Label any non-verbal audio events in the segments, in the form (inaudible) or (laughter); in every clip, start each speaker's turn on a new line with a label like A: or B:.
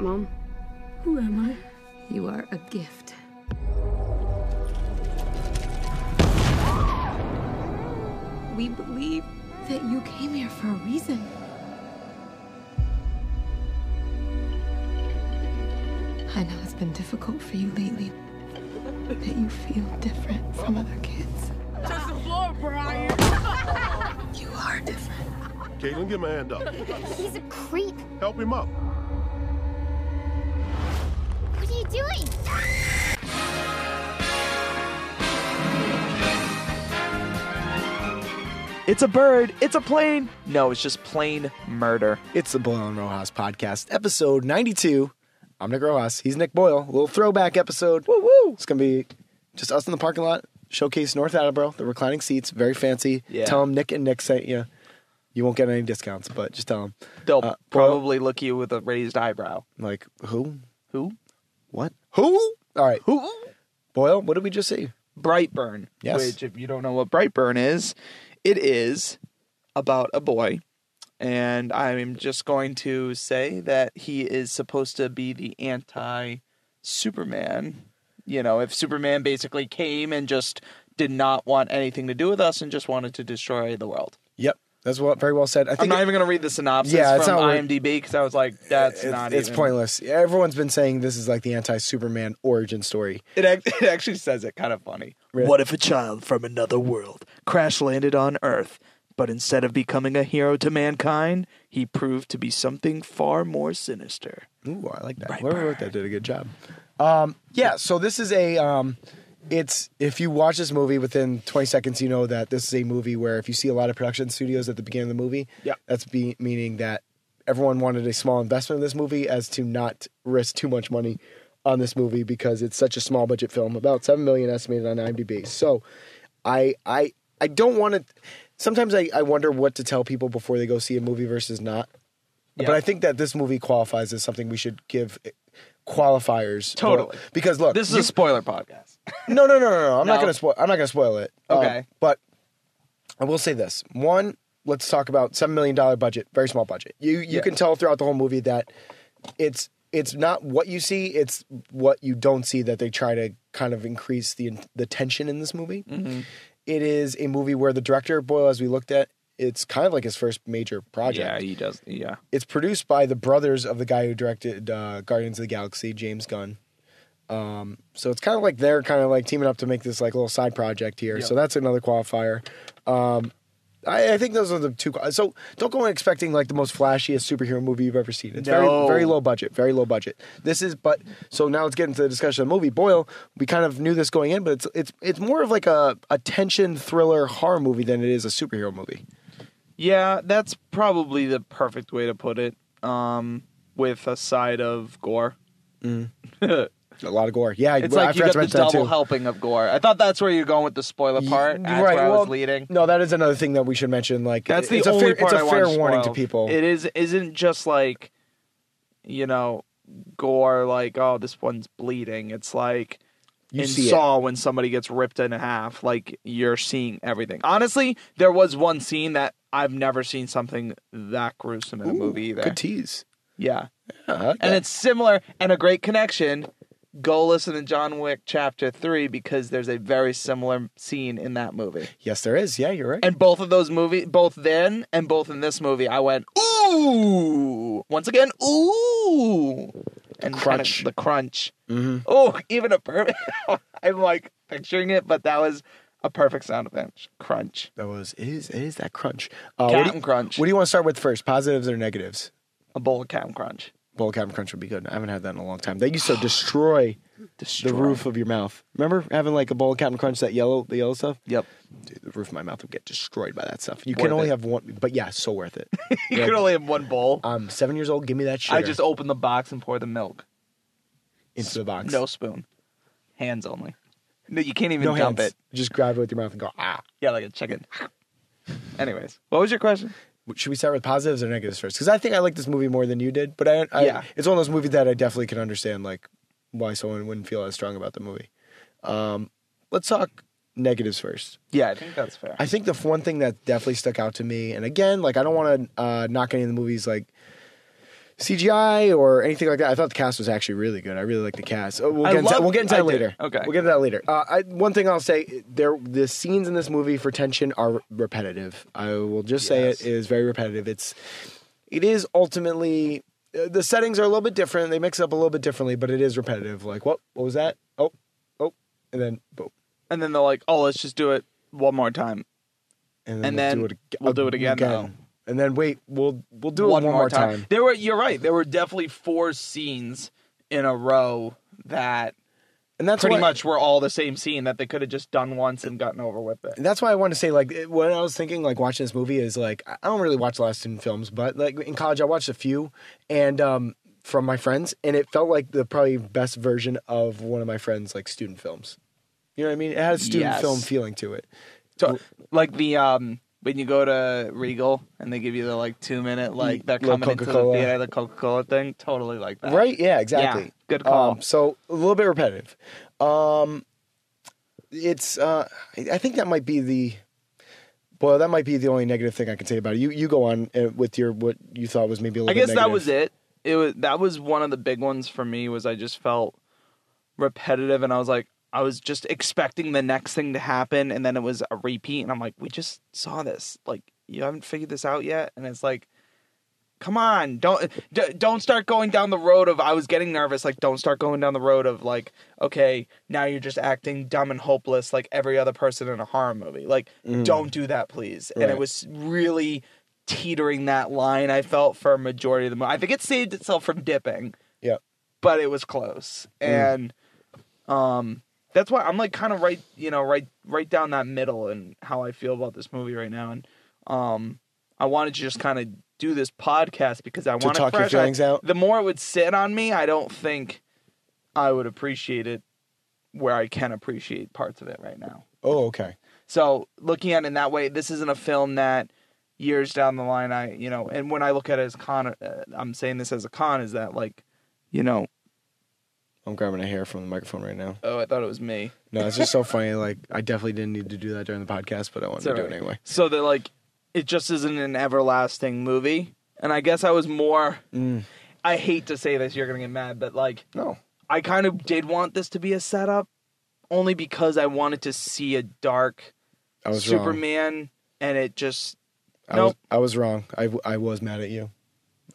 A: Mom,
B: Who am I?
C: You are a gift. We believe that you came here for a reason. I know it's been difficult for you lately, that you feel different from other kids. Touch the floor, Brian! you are different.
D: Caitlin, get my hand up.
E: He's a creep.
D: Help him up.
E: What are you doing?
F: It's a bird. It's a plane. No, it's just plain murder.
G: It's the Boyle and Rojas podcast, episode 92. I'm Nick Rojas. He's Nick Boyle. little throwback episode.
F: Woo woo.
G: It's going to be just us in the parking lot, showcase North Attleboro, the reclining seats, very fancy.
F: Yeah.
G: Tell them Nick and Nick sent you. You won't get any discounts, but just tell them.
F: They'll
G: Uh, bro-
F: probably look you with a raised eyebrow.
G: Like, who?
F: Who?
G: What? Who? All right.
F: Who?
G: Boyle, what did we just see?
F: Brightburn.
G: Yes.
F: Which, if you don't know what Brightburn is, it is about a boy. And I'm just going to say that he is supposed to be the anti Superman. You know, if Superman basically came and just did not want anything to do with us and just wanted to destroy the world.
G: Yep. That's what very well said. I think
F: I'm not
G: it-
F: even going to read the synopsis
G: Yeah, it's
F: from
G: not worth-
F: IMDb because I was like, that's
G: it's,
F: not
G: it's
F: even.
G: pointless. Everyone's been saying this is like the anti Superman origin story.
F: It, act- it actually says it kind of funny.
G: Really?
F: What if a child from another world crash landed on Earth, but instead of becoming a hero to mankind, he proved to be something far more sinister?
G: Ooh, I like that.
F: Right
G: Whoever wrote that did a good job. Um, yeah, so this is a. Um, it's if you watch this movie within 20 seconds, you know that this is a movie where if you see a lot of production studios at the beginning of the movie,
F: Yeah.
G: that's be, meaning that everyone wanted a small investment in this movie as to not risk too much money on this movie because it's such a small budget film, about seven million estimated on IMDb. So, I I I don't want to. Sometimes I, I wonder what to tell people before they go see a movie versus not. But I think that this movie qualifies as something we should give qualifiers. for-
F: Totally.
G: because look,
F: This is
G: you-
F: a spoiler podcast.
G: no, no, no, no, no. I'm
F: No.
G: not gonna spoil. I'm not gonna spoil it. Um,
F: Okay.
G: but I will say this: one, let's talk about seven million dollar budget, very small budget. You you
F: Yeah.
G: can tell throughout the whole movie that it's it's not what you see; it's what you don't see that they try to kind of increase the the tension in this movie.
F: Mm-hmm.
G: It is a movie where the director Boyle, as we looked at, it's kind of like his first major project
F: he does. Yeah.
G: it's produced by the brothers of the guy who directed uh, Guardians of the Galaxy, James Gunn. Um, so it's kind of like they're kind of like teaming up to make this like little side project here. So that's another qualifier. Um, I, I think those are the two. So don't go in expecting like the most flashiest superhero movie you've ever seen. It's
F: No.
G: very very low budget, very low budget. This is but so now let's get into the discussion of the movie. Boyle, we kind of knew this going in, but it's it's it's more of like a, a tension thriller horror movie than it is a superhero movie.
F: Yeah, that's probably the perfect way to put it. Um, with a side of gore.
G: A lot of gore. Yeah,
F: It's
G: well, I
F: like you
G: forgot
F: got
G: to
F: the
G: mention that,
F: double
G: too.
F: helping of gore. I thought that's where you're going with the spoiler part.
G: Y-
F: That's where I
G: well,
F: was leading.
G: No, that is another thing that we should mention. Like
F: That's the
G: it's
F: only
G: a fair,
F: part
G: It's a
F: I
G: fair
F: want
G: warning to
F: spoil.
G: people.
F: It is isn't just like, you know, gore like oh this one's bleeding. It's like
G: you
F: in
G: see it.
F: Saw when somebody gets ripped in half. Like you're seeing everything. Honestly, there was one scene that I've never seen something that gruesome in a
G: Ooh,
F: movie either.
G: Good tease.
F: yeah,
G: Yeah, I like
F: and
G: that.
F: it's similar and a great connection. Go listen to John Wick Chapter Three because there's a very similar scene in that movie.
G: yes, there is. Yeah, you're right.
F: And both of those movies, both then and both in this movie, I went ooh once again ooh and
G: crunch.
F: kinda
G: Mm-hmm.
F: the crunch. Oh, (laughs) even a perfect. I'm like picturing it, but that was a perfect sound effect. Crunch.
G: that was it is it is that crunch. Uh,
F: Cap'n
G: what, do you,
F: crunch.
G: what do you want to start with first? Positives or negatives?
F: A bowl of cam crunch.
G: Bowl cabin crunch would be good. I haven't had that in a long time.
F: (sighs)
G: They used to destroy
F: Destroy.
G: the roof of your mouth. Remember having like a bowl of cabin crunch that yellow the yellow stuff?
F: Yep.
G: Dude, the roof of my mouth would get destroyed by that stuff. You
F: Worth
G: can only
F: it.
G: have one, but (laughs) yeah, Uh, so
F: (laughs)
G: worth it.
F: You could only have one bowl.
G: I'm seven years old. Give me that shit
F: I just open the box and pour the milk.
G: into the box.
F: No spoon. Hands only. No, you can't even
G: no
F: dump
G: hands.
F: it.
G: Just grab it with your mouth and go ah.
F: Yeah, like a
G: (laughs)
F: chicken. Anyways, what was your question?
G: should we start with positives or negatives first? Because I think I like this movie more than you did, but I, I
F: Yeah.
G: it's one of those movies that I definitely can understand like why someone wouldn't feel as strong about the movie. Um, let's talk negatives first.
F: Yeah, I think that's fair.
G: I think the f- one thing that definitely stuck out to me, and again, like I don't want to uh, knock any of the movies like CGI or anything like that. I thought the cast was actually really good. I really like the cast. Oh, we'll,
F: I
G: get into,
F: love-
G: we'll get into
F: I
G: that
F: did.
G: later.
F: Okay.
G: we'll get into that later. Uh, I, one thing I'll say: there, the scenes in this movie for tension are repetitive. I will just say
F: Yes.
G: it is very repetitive. It's, it is ultimately uh, the settings are a little bit different. They mix up a little bit differently, but it is repetitive. Like what? What was that? Oh, oh, and then boom,
F: And then they're like, "Oh, let's just do it one more time." And then
G: ag-
F: we'll do it again,
G: And then wait, we'll we'll do it one more time.
F: There were you're right. There were definitely four scenes in a row that
G: And that's
F: pretty
G: why-
F: much were all the same scene that they could have just done once and gotten over with it.
G: And that's why I want to say, like, it- what I was thinking, like, watching this movie is like, I I don't really watch a lot of student films, but like in college, I watched a few, and um, from my friends, and it felt like the probably best version of one of my friends' like student films. You know what I mean? It had a student
F: Yes.
G: film feeling to it.
F: So, like the um when you go to Regal and they give you the like two minute like they're
G: Little
F: coming into the
G: Coca-Cola.
F: theater, the Coca Cola thing, totally like that.
G: Right? Yeah, exactly.
F: good call.
G: Um, so a little bit repetitive. Um, it's uh, I I think that might be the well, that might be the only negative thing I can say about it. You you go on uh, with your what you thought was maybe a
F: I
G: little.
F: guess
G: bit
F: that
G: negative.
F: was it. It was that was one of the big ones for me was I just felt repetitive and I was like I was just expecting the next thing to happen and then it was a repeat and I'm like we just saw this like you haven't figured this out yet and it's like come on don't d- don't start going down the road of I was getting nervous like don't start going down the road of like okay now you're just acting dumb and hopeless like every other person in a horror movie like don't do that please and it
G: Right.
F: was really teetering that line. I felt for a majority of the movie. I think it saved itself from dipping,
G: Yeah.
F: but it was close.
G: Mm.
F: And um, that's why I'm like kind of right, you know, right, right down that middle and how I feel about this movie right now. And um, I wanted to just kind of do this podcast because I
G: To
F: want
G: talk your
F: fresh. I-
G: feelings out?
F: The more it would sit on me, I don't think I would appreciate it where I can appreciate parts of it right now.
G: Oh, okay.
F: So looking at it in that way, this isn't a film that years down the line I you know, and when I look at it as con, uh, I'm saying this as a con is that like, you know,
G: I'm grabbing a hair from the microphone right now.
F: oh I thought it was me.
G: No, it's just so (laughs) funny. Like, I definitely didn't need to do that during the podcast, but I wanted
F: It's
G: to do
F: alright.
G: it anyway.
F: So that like, it just isn't an everlasting movie, and I guess I was more. I hate to say this, you're gonna get mad, but like,
G: Mm. No.
F: I kind of did want this to be a setup, only because I wanted to see a dark
G: I was wrong.
F: Superman, and it just
G: I, was,
F: nope.
G: I was wrong. I, w- I was mad at you.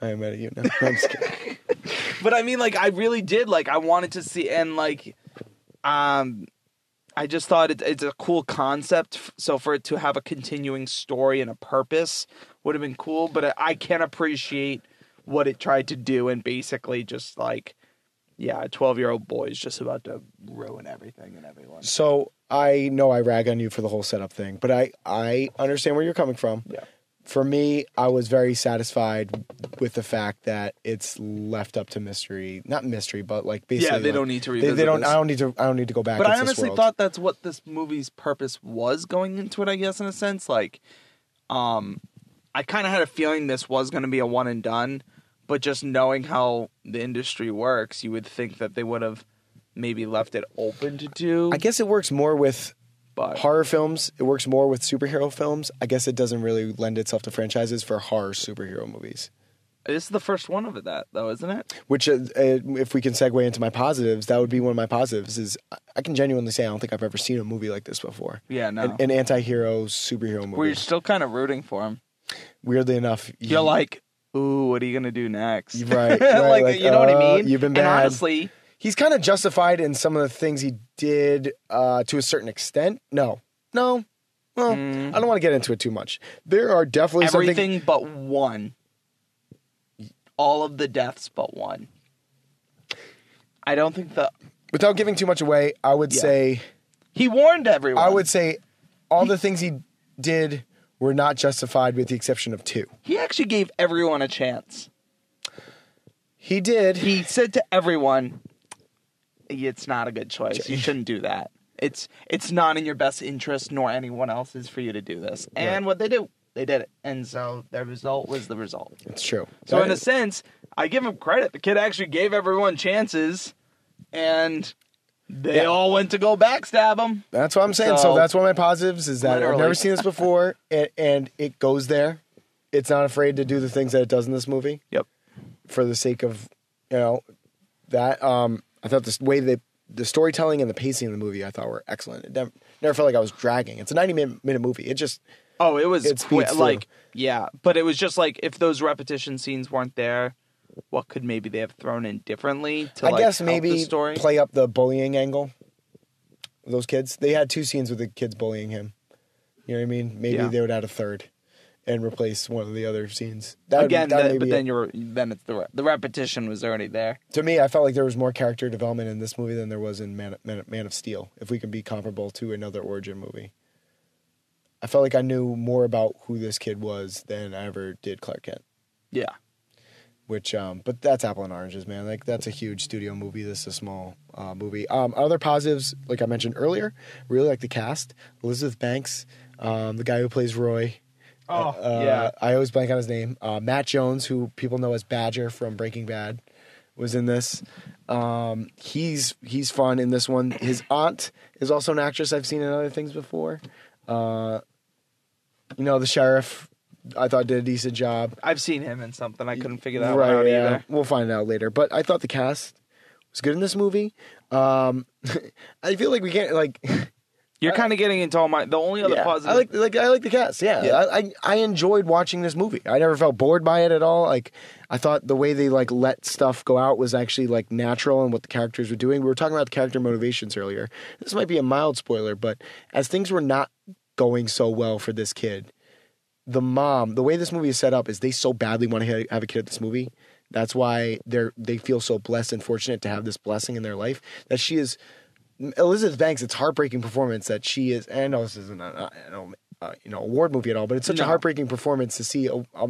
G: I am mad at you now.
F: (laughs)
G: I'm just kidding.
F: But I mean, like, I really did. Like, I wanted to see, and like, um, I just thought it, it's a cool concept. f- So for it to have a continuing story and a purpose would have been cool. But I, I can appreciate what it tried to do, and basically just like, yeah, a twelve-year-old boy is just about to ruin everything and everyone.
G: So I know I rag on you for the whole setup thing, but I, I understand where you're coming from.
F: Yeah.
G: For me, I was very satisfied with the fact that it's left up to mystery. Not mystery, but like basically.
F: Yeah, they
G: like-
F: don't need to
G: they-
F: revisit
G: They, don't.
F: this.
G: I don't need to. I don't need to go back.
F: But I
G: It's this
F: honestly
G: world.
F: thought that's what this movie's purpose was going into it, I guess, in a sense. Like, um, I kind of had a feeling this was going to be a one and done, but just knowing how the industry works, you would think that they would have maybe left it open to do.
G: I guess it works more with
F: but
G: horror films. It works more with superhero films. I guess it doesn't really lend itself to franchises for horror superhero movies.
F: this is the first one of that, though, isn't it?
G: Which, uh, uh, if we can segue into my positives, that would be one of my positives. Is I- I can genuinely say I don't think I've ever seen a movie like this before.
F: Yeah, no.
G: An, an anti-hero superhero movie.
F: We're still kind of rooting for him.
G: Weirdly enough, you-
F: You're like, ooh, what are you going to do next? (laughs)
G: right, right,
F: like, you know what I
G: uh,
F: mean?
G: You've been
F: And
G: bad.
F: honestly,
G: he's kind of justified in some of the things he did uh, to a certain extent. No, no, well,
F: Mm.
G: I don't want to get into it too much. There are definitely some things-
F: everything but one. All of the deaths but one. I don't think the
G: without giving too much away, I would
F: Yeah.
G: say
F: he warned everyone.
G: I would say all the things he did were not justified with the exception of two.
F: He actually gave everyone a chance.
G: He did.
F: He said to everyone, "It's not a good choice. You shouldn't do that. It's it's not in your best interest nor anyone else's for you to do this." And what they do, they did it. And so their result was the result.
G: it's true.
F: So
G: That
F: in a
G: is-
F: sense, I give him credit. The kid actually gave everyone chances, and they
G: Yeah.
F: all went to go backstab him.
G: that's what I'm saying. So,
F: So-
G: that's one of my positives is that I've
F: Literally.
G: never seen
F: (laughs)
G: this before, and, and it goes there. It's not afraid to do the things that it does in this movie.
F: Yep.
G: for the sake of you know that. Um, I thought this way they the storytelling and the pacing of the movie I thought were excellent. It never, never felt like I was dragging. It's a ninety minute, minute movie. It just
F: Oh, it was
G: It
F: quick,
G: speeds through.
F: like yeah, but it was just like if those repetition scenes weren't there, what could maybe they have thrown in differently to
G: I
F: like
G: guess
F: help
G: maybe
F: the story?
G: play up the bullying angle. of Those kids, they had two scenes with the kids bullying him. You know what I mean? Maybe
F: Yeah.
G: they would add a third and replace one of the other scenes. That would-
F: Again,
G: that
F: the-
G: may
F: but
G: be
F: then
G: it.
F: you're then it's the re- the repetition was already there.
G: to me, I felt like there was more character development in this movie than there was in Man, Man, Man of Steel. If we can be comparable to another origin movie, I felt like I knew more about who this kid was than I ever did Clark Kent.
F: Yeah,
G: which um but that's apple and oranges man like that's a huge studio movie this is a small uh, movie um other positives like i mentioned earlier really like the cast elizabeth banks um the guy who plays roy
F: Oh,
G: uh,
F: yeah.
G: i always blank on his name uh, matt jones who people know as badger from breaking bad was in this um he's he's fun in this one his aunt is also an actress i've seen in other things before uh you know the sheriff i thought did a decent job
F: I've seen him in something. I couldn't figure that
G: Right,
F: one out
G: yeah.
F: either.
G: We'll find out later. But I thought the cast was good in this movie. Um, (laughs) I feel like we can't like. (laughs)
F: You're kind of getting into all my. The only other
G: yeah,
F: positive,
G: I like like I like the cast. Yeah,
F: Yeah.
G: I, I I enjoyed watching this movie. I never felt bored by it at all. Like I thought the way they like let stuff go out was actually like natural and what the characters were doing. We were talking about the character motivations earlier. This might be a mild spoiler, but as things were not going so well for this kid, the mom, the way this movie is set up is they so badly want to ha- have a kid at this movie. That's why they're they feel so blessed and fortunate to have this blessing in their life that she is Elizabeth Banks. It's heartbreaking performance that she is. And I know this isn't a, I don't, uh, you know award movie at all, but it's such
F: No.
G: a heartbreaking performance to see a, a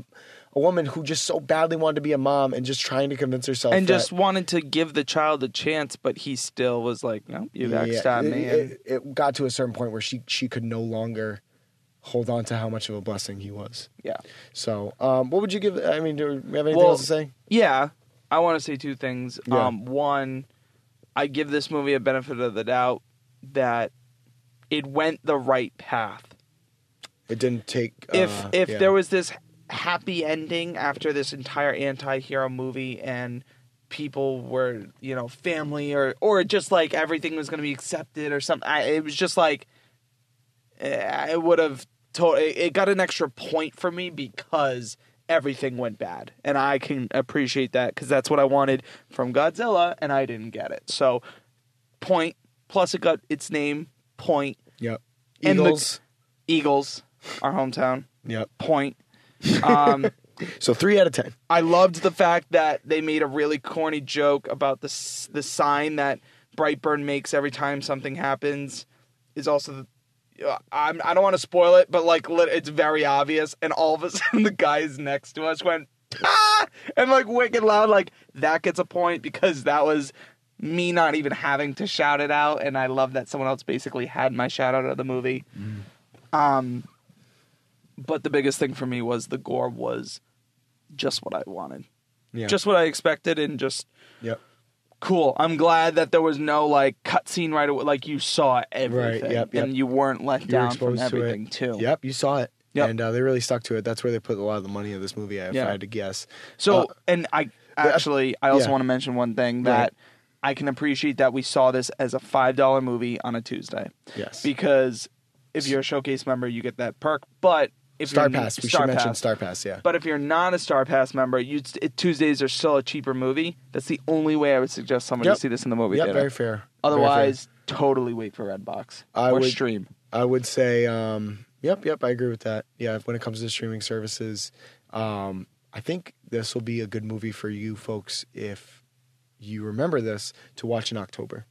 G: a woman who just so badly wanted to be a mom and just trying to convince herself
F: and
G: that-
F: just wanted to give the child a chance, but he still was like, "No, you backstabbed
G: it,
F: me." and-
G: It, it got to a certain point where she she could no longer hold on to how much of a blessing he was.
F: yeah.
G: So, um, what would you give? I mean, do we have anything
F: Well,
G: else to say?
F: Yeah, I want to say two things.
G: Yeah.
F: Um, one, I give this movie a benefit of the doubt that it went the right path.
G: It didn't take.
F: If
G: uh,
F: if
G: yeah.
F: there was this happy ending after this entire anti-hero movie and people were you know family or or just like everything was going to be accepted or something I, it was just like eh, it would have told it it got an extra point for me because everything went bad and i can appreciate that because that's what i wanted from godzilla and i didn't get it so point plus it got its name point
G: yep,
F: and the-
G: Eagles,
F: eagles our hometown
G: yep.
F: point um
G: So three out of ten.
F: I loved the fact that they made a really corny joke about the s- the sign that Brightburn makes every time something happens is also the, uh, I'm, I don't want to spoil it, but like lit- it's very obvious, and all of a (laughs) sudden the guys next to us went ah! and like wicked loud, like that gets a point because that was me not even having to shout it out, and I love that someone else basically had my shout out of the movie. Um, but the biggest thing for me was the gore was just what I wanted.
G: Yeah.
F: Just what I expected and just
G: yep.
F: cool. I'm glad that there was no like cutscene right away. Like you saw everything
G: yep, yep.
F: and you weren't let
G: You were
F: down from
G: exposed to it.
F: everything too.
G: Yep, you saw it.
F: Yep.
G: And uh, they really stuck to it. That's where they put a lot of the money of this movie. If
F: Yeah.
G: I had to guess,
F: So
G: Uh,
F: and I actually I also
G: yeah.
F: want to mention one thing that
G: Right.
F: I can appreciate that we saw this as a five dollar movie on a Tuesday
G: yes.
F: because if you're a showcase member you get that perk. But if
G: Star
F: you're
G: Pass. We
F: mm-hmm. Star
G: should mention
F: Pass.
G: Star Pass. Yeah.
F: But if you're not a Star Pass member, you it, Tuesdays are still a cheaper movie. That's the only way I would suggest someone
G: Yep.
F: to see this in the movie
G: yep.
F: theater.
G: Very fair. Very fair.
F: Otherwise, totally wait for Redbox
G: I
F: or
G: would-
F: stream.
G: I would say, um, yep, yep, I agree with that. Yeah, when it comes to streaming services, um, I think this will be a good movie for you folks if you remember this to watch in October.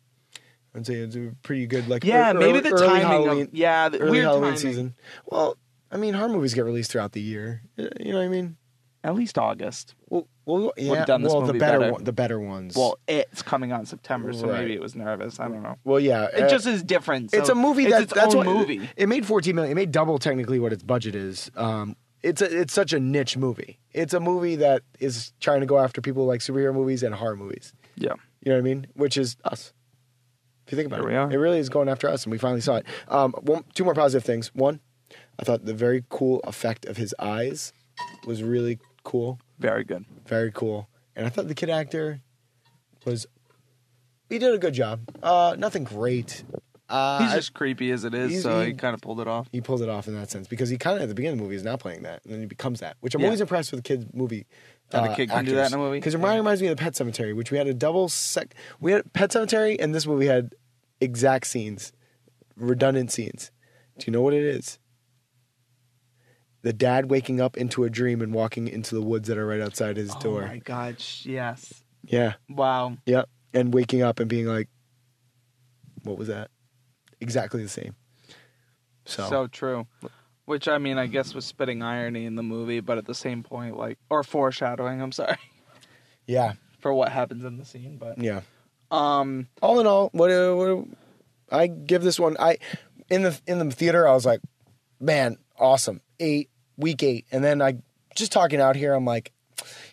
G: I'd say it's a pretty good, like,
F: Yeah,
G: ear-
F: maybe
G: early-
F: the
G: early
F: timing
G: Halloween,
F: of yeah, the
G: early
F: weird
G: Halloween
F: timing.
G: season. Well, I mean, horror movies get released throughout the year. Uh, You know what I mean?
F: At least August.
G: Well, well, yeah.
F: done this
G: well,
F: movie
G: the better,
F: better.
G: One, the better ones.
F: Well, it's coming on September, so
G: Right.
F: maybe it was nervous. I don't know.
G: well, yeah.
F: It
G: uh,
F: just is different.
G: it's
F: so
G: a movie
F: it's
G: that,
F: its
G: that's
F: own
G: what
F: movie.
G: It made 14 million. It made double technically what its budget is. Um, it's a, it's such a niche movie. It's a movie that is trying to go after people who like superhero movies and horror movies.
F: Yeah.
G: You know what I mean? Which is us. If you think about
F: Here
G: it,
F: we are.
G: it really is going after us, and we finally saw it. Um, one, two more positive things. One, I thought the very cool effect of his eyes was really cool
F: Very good.
G: very cool. And I thought the kid actor was he did a good job. Uh, nothing great. Uh,
F: He's
G: I-
F: just creepy as it is,
G: he's-
F: so
G: he-
F: he kind of pulled it off.
G: he pulled it off in that sense because he kind of at the beginning of the movie is not playing that, and then he becomes that, which I'm
F: Yeah.
G: always impressed with kids movie.
F: That a kid can do that in a movie?
G: because it remi- reminds me of the Pet Cemetery, which we had a double sec. We had Pet Cemetery, and this movie had exact scenes, redundant scenes. Do you know what it is? The dad waking up into a dream and walking into the woods that are right outside his door.
F: Oh my gosh, yes.
G: Yeah,
F: Wow.
G: yeah, and waking up and being like, "What was that?" Exactly the same.
F: So. true. Which I mean, I guess was spitting irony in the movie, but at the same point, like, or foreshadowing. I'm sorry (laughs)
G: yeah,
F: for what happens in the scene, but
G: yeah.
F: um,
G: all in all, what, uh, what I give this one, I in the in the theater, I was like, man, awesome, eight week eight, and then I just talking out here, I'm like,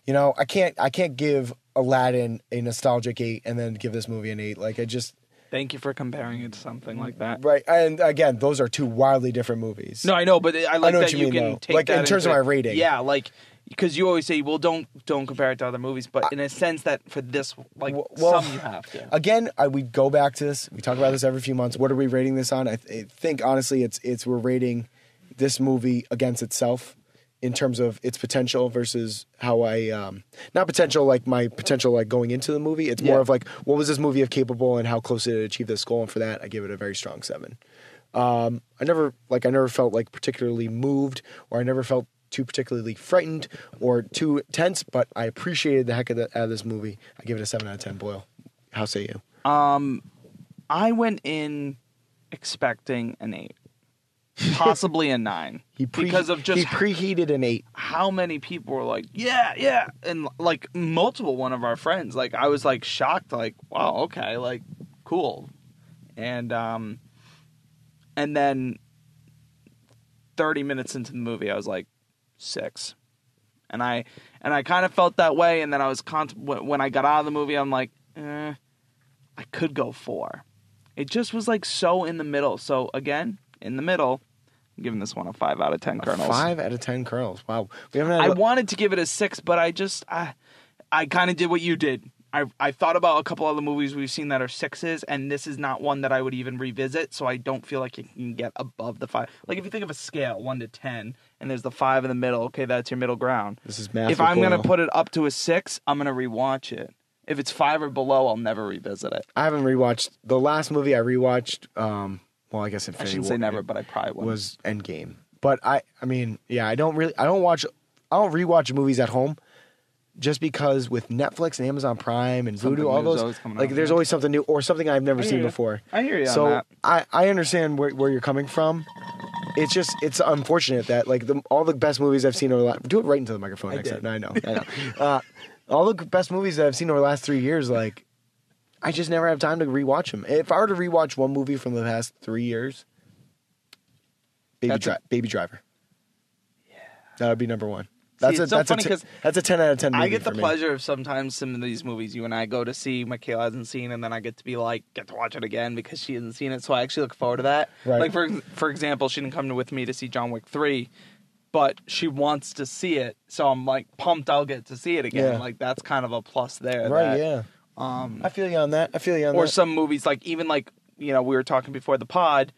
G: you know, I can't I can't give Aladdin a nostalgic eight and then give this movie an eight. Like I just
F: thank you for comparing it to something like that.
G: right, and again, those are two wildly different movies.
F: No, I know, but I like
G: know what
F: that you,
G: you mean,
F: can
G: though.
F: take
G: Like, in
F: that
G: terms of
F: into-
G: my rating.
F: Yeah, like because you always say, well, don't don't compare it to other movies, but in a sense that for this, like
G: W- well,
F: some you have to.
G: Again, I, we go back to this. We talk about this every few months. What are we rating this on? I, th- I think honestly, it's it's we're rating this movie against itself in terms of its potential versus how I um, not potential like my potential like going into the movie. It's more
F: Yeah.
G: of like what was this movie of capable and how close did it achieve this goal? And for that, I give it a very strong seven. Um, I never like I never felt like particularly moved, or I never felt too particularly frightened or too tense. But I appreciated the heck of, the, out of this movie. I give it a seven out of ten. Boyle, how say you?
F: I went in expecting an
G: (laughs)
F: eight, possibly a nine,
G: He pre-
F: because of just
G: he preheated an eight.
F: how many people were like, yeah, yeah, and like multiple one of our friends. Like I was like shocked, like wow, okay, like cool, and um, and then thirty minutes into the movie, I was like six, and I and I kind of felt that way, and then I was cont- when when I got out of the movie, I'm like, eh, I could go four. It just was like so in the middle. So again, in the middle, I'm giving this one a five out of ten. Colonels.
G: Five out of ten kernels. Wow, we haven't.
F: I
G: Had a-
F: wanted to give it a six, but I just I I kind of did what you did. I I thought about a couple other movies we've seen that are sixes, and this is not one that I would even revisit. So I don't feel like it can get above the five. Like if you think of a scale one to ten, and there's the five in the middle. Okay, that's your middle ground.
G: This is math
F: If
G: with
F: I'm gonna
G: Boyle.
F: put it up to a six, I'm gonna rewatch it. If it's five or below, I'll never revisit it.
G: I haven't rewatched the last movie I rewatched. Um, well, I guess
F: I
G: Infinity
F: shouldn't
G: War
F: say never, but I probably would.
G: was Endgame. But I, I mean, yeah, I don't really, I don't watch, I don't rewatch movies at home, just because with Netflix and Amazon Prime and
F: Something
G: Vudu, all
F: new's always
G: those,
F: coming
G: like,
F: out,
G: there's
F: yeah.
G: always something new or something I've never
F: I hear
G: seen
F: ya.
G: before.
F: I hear you on
G: So
F: that.
G: I, I understand where where you're coming from. It's just it's unfortunate that like the, all the best movies I've seen over the last, do it right into the microphone. I,
F: did.
G: I know,
F: (laughs)
G: I know. uh, all the best movies that I've seen over the last three years, like I just never have time to rewatch them. If I were to rewatch one movie from the past three years, Baby,
F: That's a-
G: Dri- Baby Driver. Yeah, that would be number one. That's
F: See,
G: a
F: it's so
G: that's
F: funny
G: a
F: 'cause
G: t- that's a ten out of ten. Movie
F: I get the
G: for me.
F: pleasure of sometimes some of these movies you and I go to see Michaela hasn't seen, and then I get to be like, get to watch it again because she hasn't seen it. So I actually look forward to that.
G: Right.
F: Like for for example, she didn't come with me to see John Wick three, but she wants to see it, so I'm like pumped I'll get to see it again.
G: Yeah.
F: Like that's kind of a plus there.
G: Right?
F: that-
G: Yeah. Um, I feel you on that. I feel you on
F: or
G: that.
F: some movies like even like you know we were talking before the pod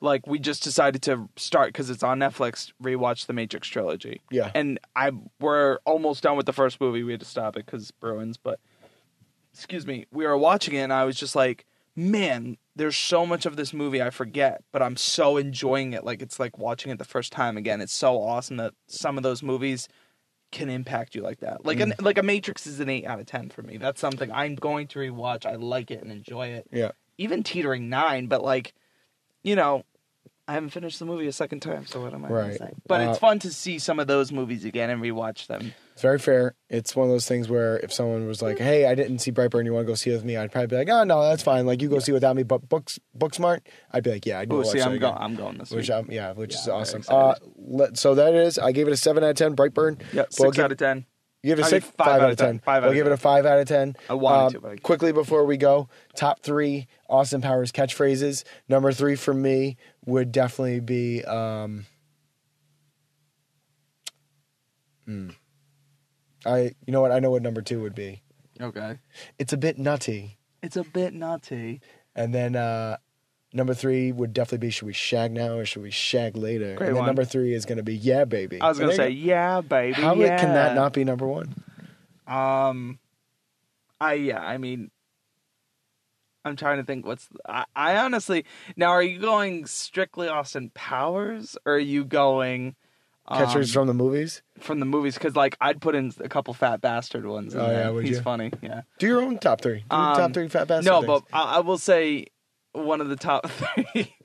F: like we just decided to start because it's on netflix rewatch the matrix trilogy
G: Yeah.
F: and i we're almost done with the first movie we had to stop it because bruins but excuse me we were watching it and i was just like man there's so much of this movie i forget but i'm so enjoying it like it's like watching it the first time again it's so awesome that some of those movies can impact you like that. Like
G: Mm.
F: an, like a Matrix is an eight out of ten for me. That's something I'm going to rewatch. I like it and enjoy it.
G: Yeah.
F: Even teetering nine, but like, you know, I haven't finished the movie a second time, so what am I
G: Right.
F: gonna say? But
G: Uh,
F: it's fun to see some of those movies again and rewatch them.
G: It's very fair. It's one of those things where if someone was like, "Hey, I didn't see Brightburn. You want to go see it with me?" I'd probably be like, "Oh no, that's fine. Like you go see it without me." But books, Booksmart, I'd be like, "Yeah, I'd go
F: Oh,
G: watch
F: see,
G: that
F: I'm
G: again."
F: going. I'm going this
G: Which
F: week.
G: I'm yeah, which
F: Yeah,
G: is
F: I'm very
G: awesome. Uh,
F: excited.
G: let, so that is. I gave it a seven out of ten. Brightburn.
F: yeah,
G: Boyle
F: six
G: gave-
F: out of ten.
G: You give it a
F: I
G: six,
F: mean, five out of 10. Five out
G: We'll
F: of
G: give it
F: 10.
G: a five out of 10.
F: I wanted to, but I can't.
G: Quickly before we go, top three Austin Powers catchphrases. Number three for me would definitely be. Um, hmm. I you know what I know what number two would be.
F: Okay.
G: It's a bit nutty.
F: It's a bit naughty.
G: And then uh number three would definitely be should we shag now or should we shag later?
F: Great
G: and then
F: one.
G: number three is gonna be yeah baby.
F: I was
G: And
F: gonna
G: there
F: say,
G: you
F: yeah, baby.
G: go. how
F: yeah.
G: can that not be number one?
F: Um, I yeah, I mean, I'm trying to think. What's I, I honestly now? Are you going strictly Austin Powers, or are you going um,
G: Catchers from the movies?
F: from the movies? Because like I'd put in a couple fat bastard ones. in
G: Oh, yeah,
F: there.
G: would
F: he's
G: you?
F: funny. Yeah.
G: Do your own top three. Do your
F: Um,
G: top three fat bastard.
F: no,
G: things.
F: but I, I will say one of the top (laughs) three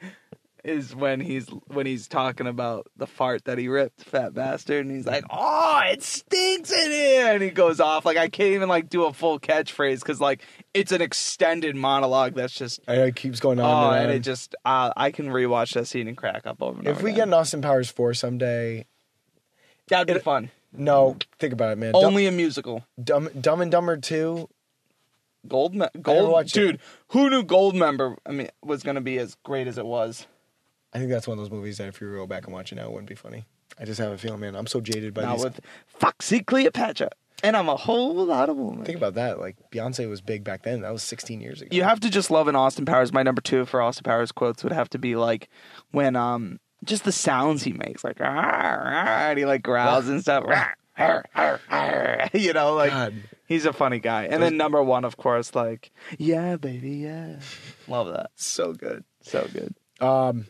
F: is when he's when he's talking about the fart that he ripped, fat bastard, and he's like, "Oh, it stinks in here," and he goes off like I can't even like do a full catchphrase because like it's an extended monologue that's just
G: I know it keeps going on.
F: oh,
G: and,
F: and
G: on.
F: it just Oh, uh, I can rewatch that scene and crack up over. And
G: if
F: over
G: we get
F: again.
G: an Austin Powers four someday,
F: that'd be
G: it-
F: fun.
G: no, think about it, man.
F: Only a musical.
G: Dumb, Dumb, Dumb and Dumber two.
F: Gold, me-
G: never
F: gold,
G: watched it.
F: dude. Who knew Gold Member? I mean, was gonna be as great as it was.
G: I think that's one of those movies that if you were to go back and watch it now, it wouldn't be funny. I just have a feeling, man. I'm so jaded by
F: Not
G: these.
F: with Foxy Cleopatra. And I'm a whole lot of woman.
G: Think about that. Like Beyonce was big back then. That was 16 years ago.
F: you have to just love an Austin Powers. My number two for Austin Powers quotes would have to be like when um just the sounds he makes, like "Arr, arr," and he like growls and stuff. "Arr, arr, arr, arr," (laughs) you know, like
G: God.
F: he's a funny guy. And then number one, of course, like yeah, baby, yeah, (laughs) love that.
G: so good.
F: So good.
G: Um,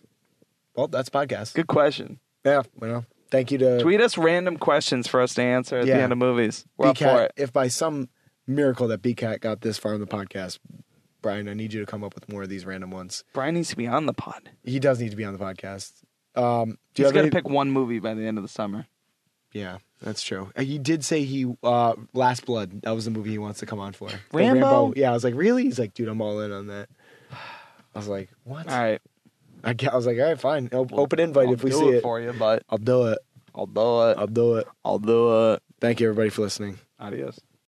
G: well, that's podcast.
F: Good question.
G: Yeah. Well, thank you to
F: Tweet us random questions for us to answer at
G: Yeah.
F: the end of movies. We're up for
G: BCAT.
F: it.
G: If by some miracle that BCAT got this far in the podcast, Brian, I need you to come up with more of these random ones.
F: Brian needs to be on the pod.
G: He does need to be on the podcast. Um, do
F: He's
G: you have
F: got to
G: any-
F: pick one movie by the end of the summer.
G: Yeah, that's true. Uh, You did say he uh, Last Blood. That was the movie he wants to come on for. The
F: (sighs) Rambo?
G: Yeah, I was like, really? He's like, dude, I'm all in on that. I was like, what?
F: All right.
G: I, ge- I was like, all right, fine. O- Open invite
F: I'll
G: if we
F: do
G: see
F: it,
G: it.
F: for you, but
G: I'll do it.
F: I'll do it.
G: I'll do it.
F: I'll do it.
G: Thank you, everybody, for listening.
F: Adios.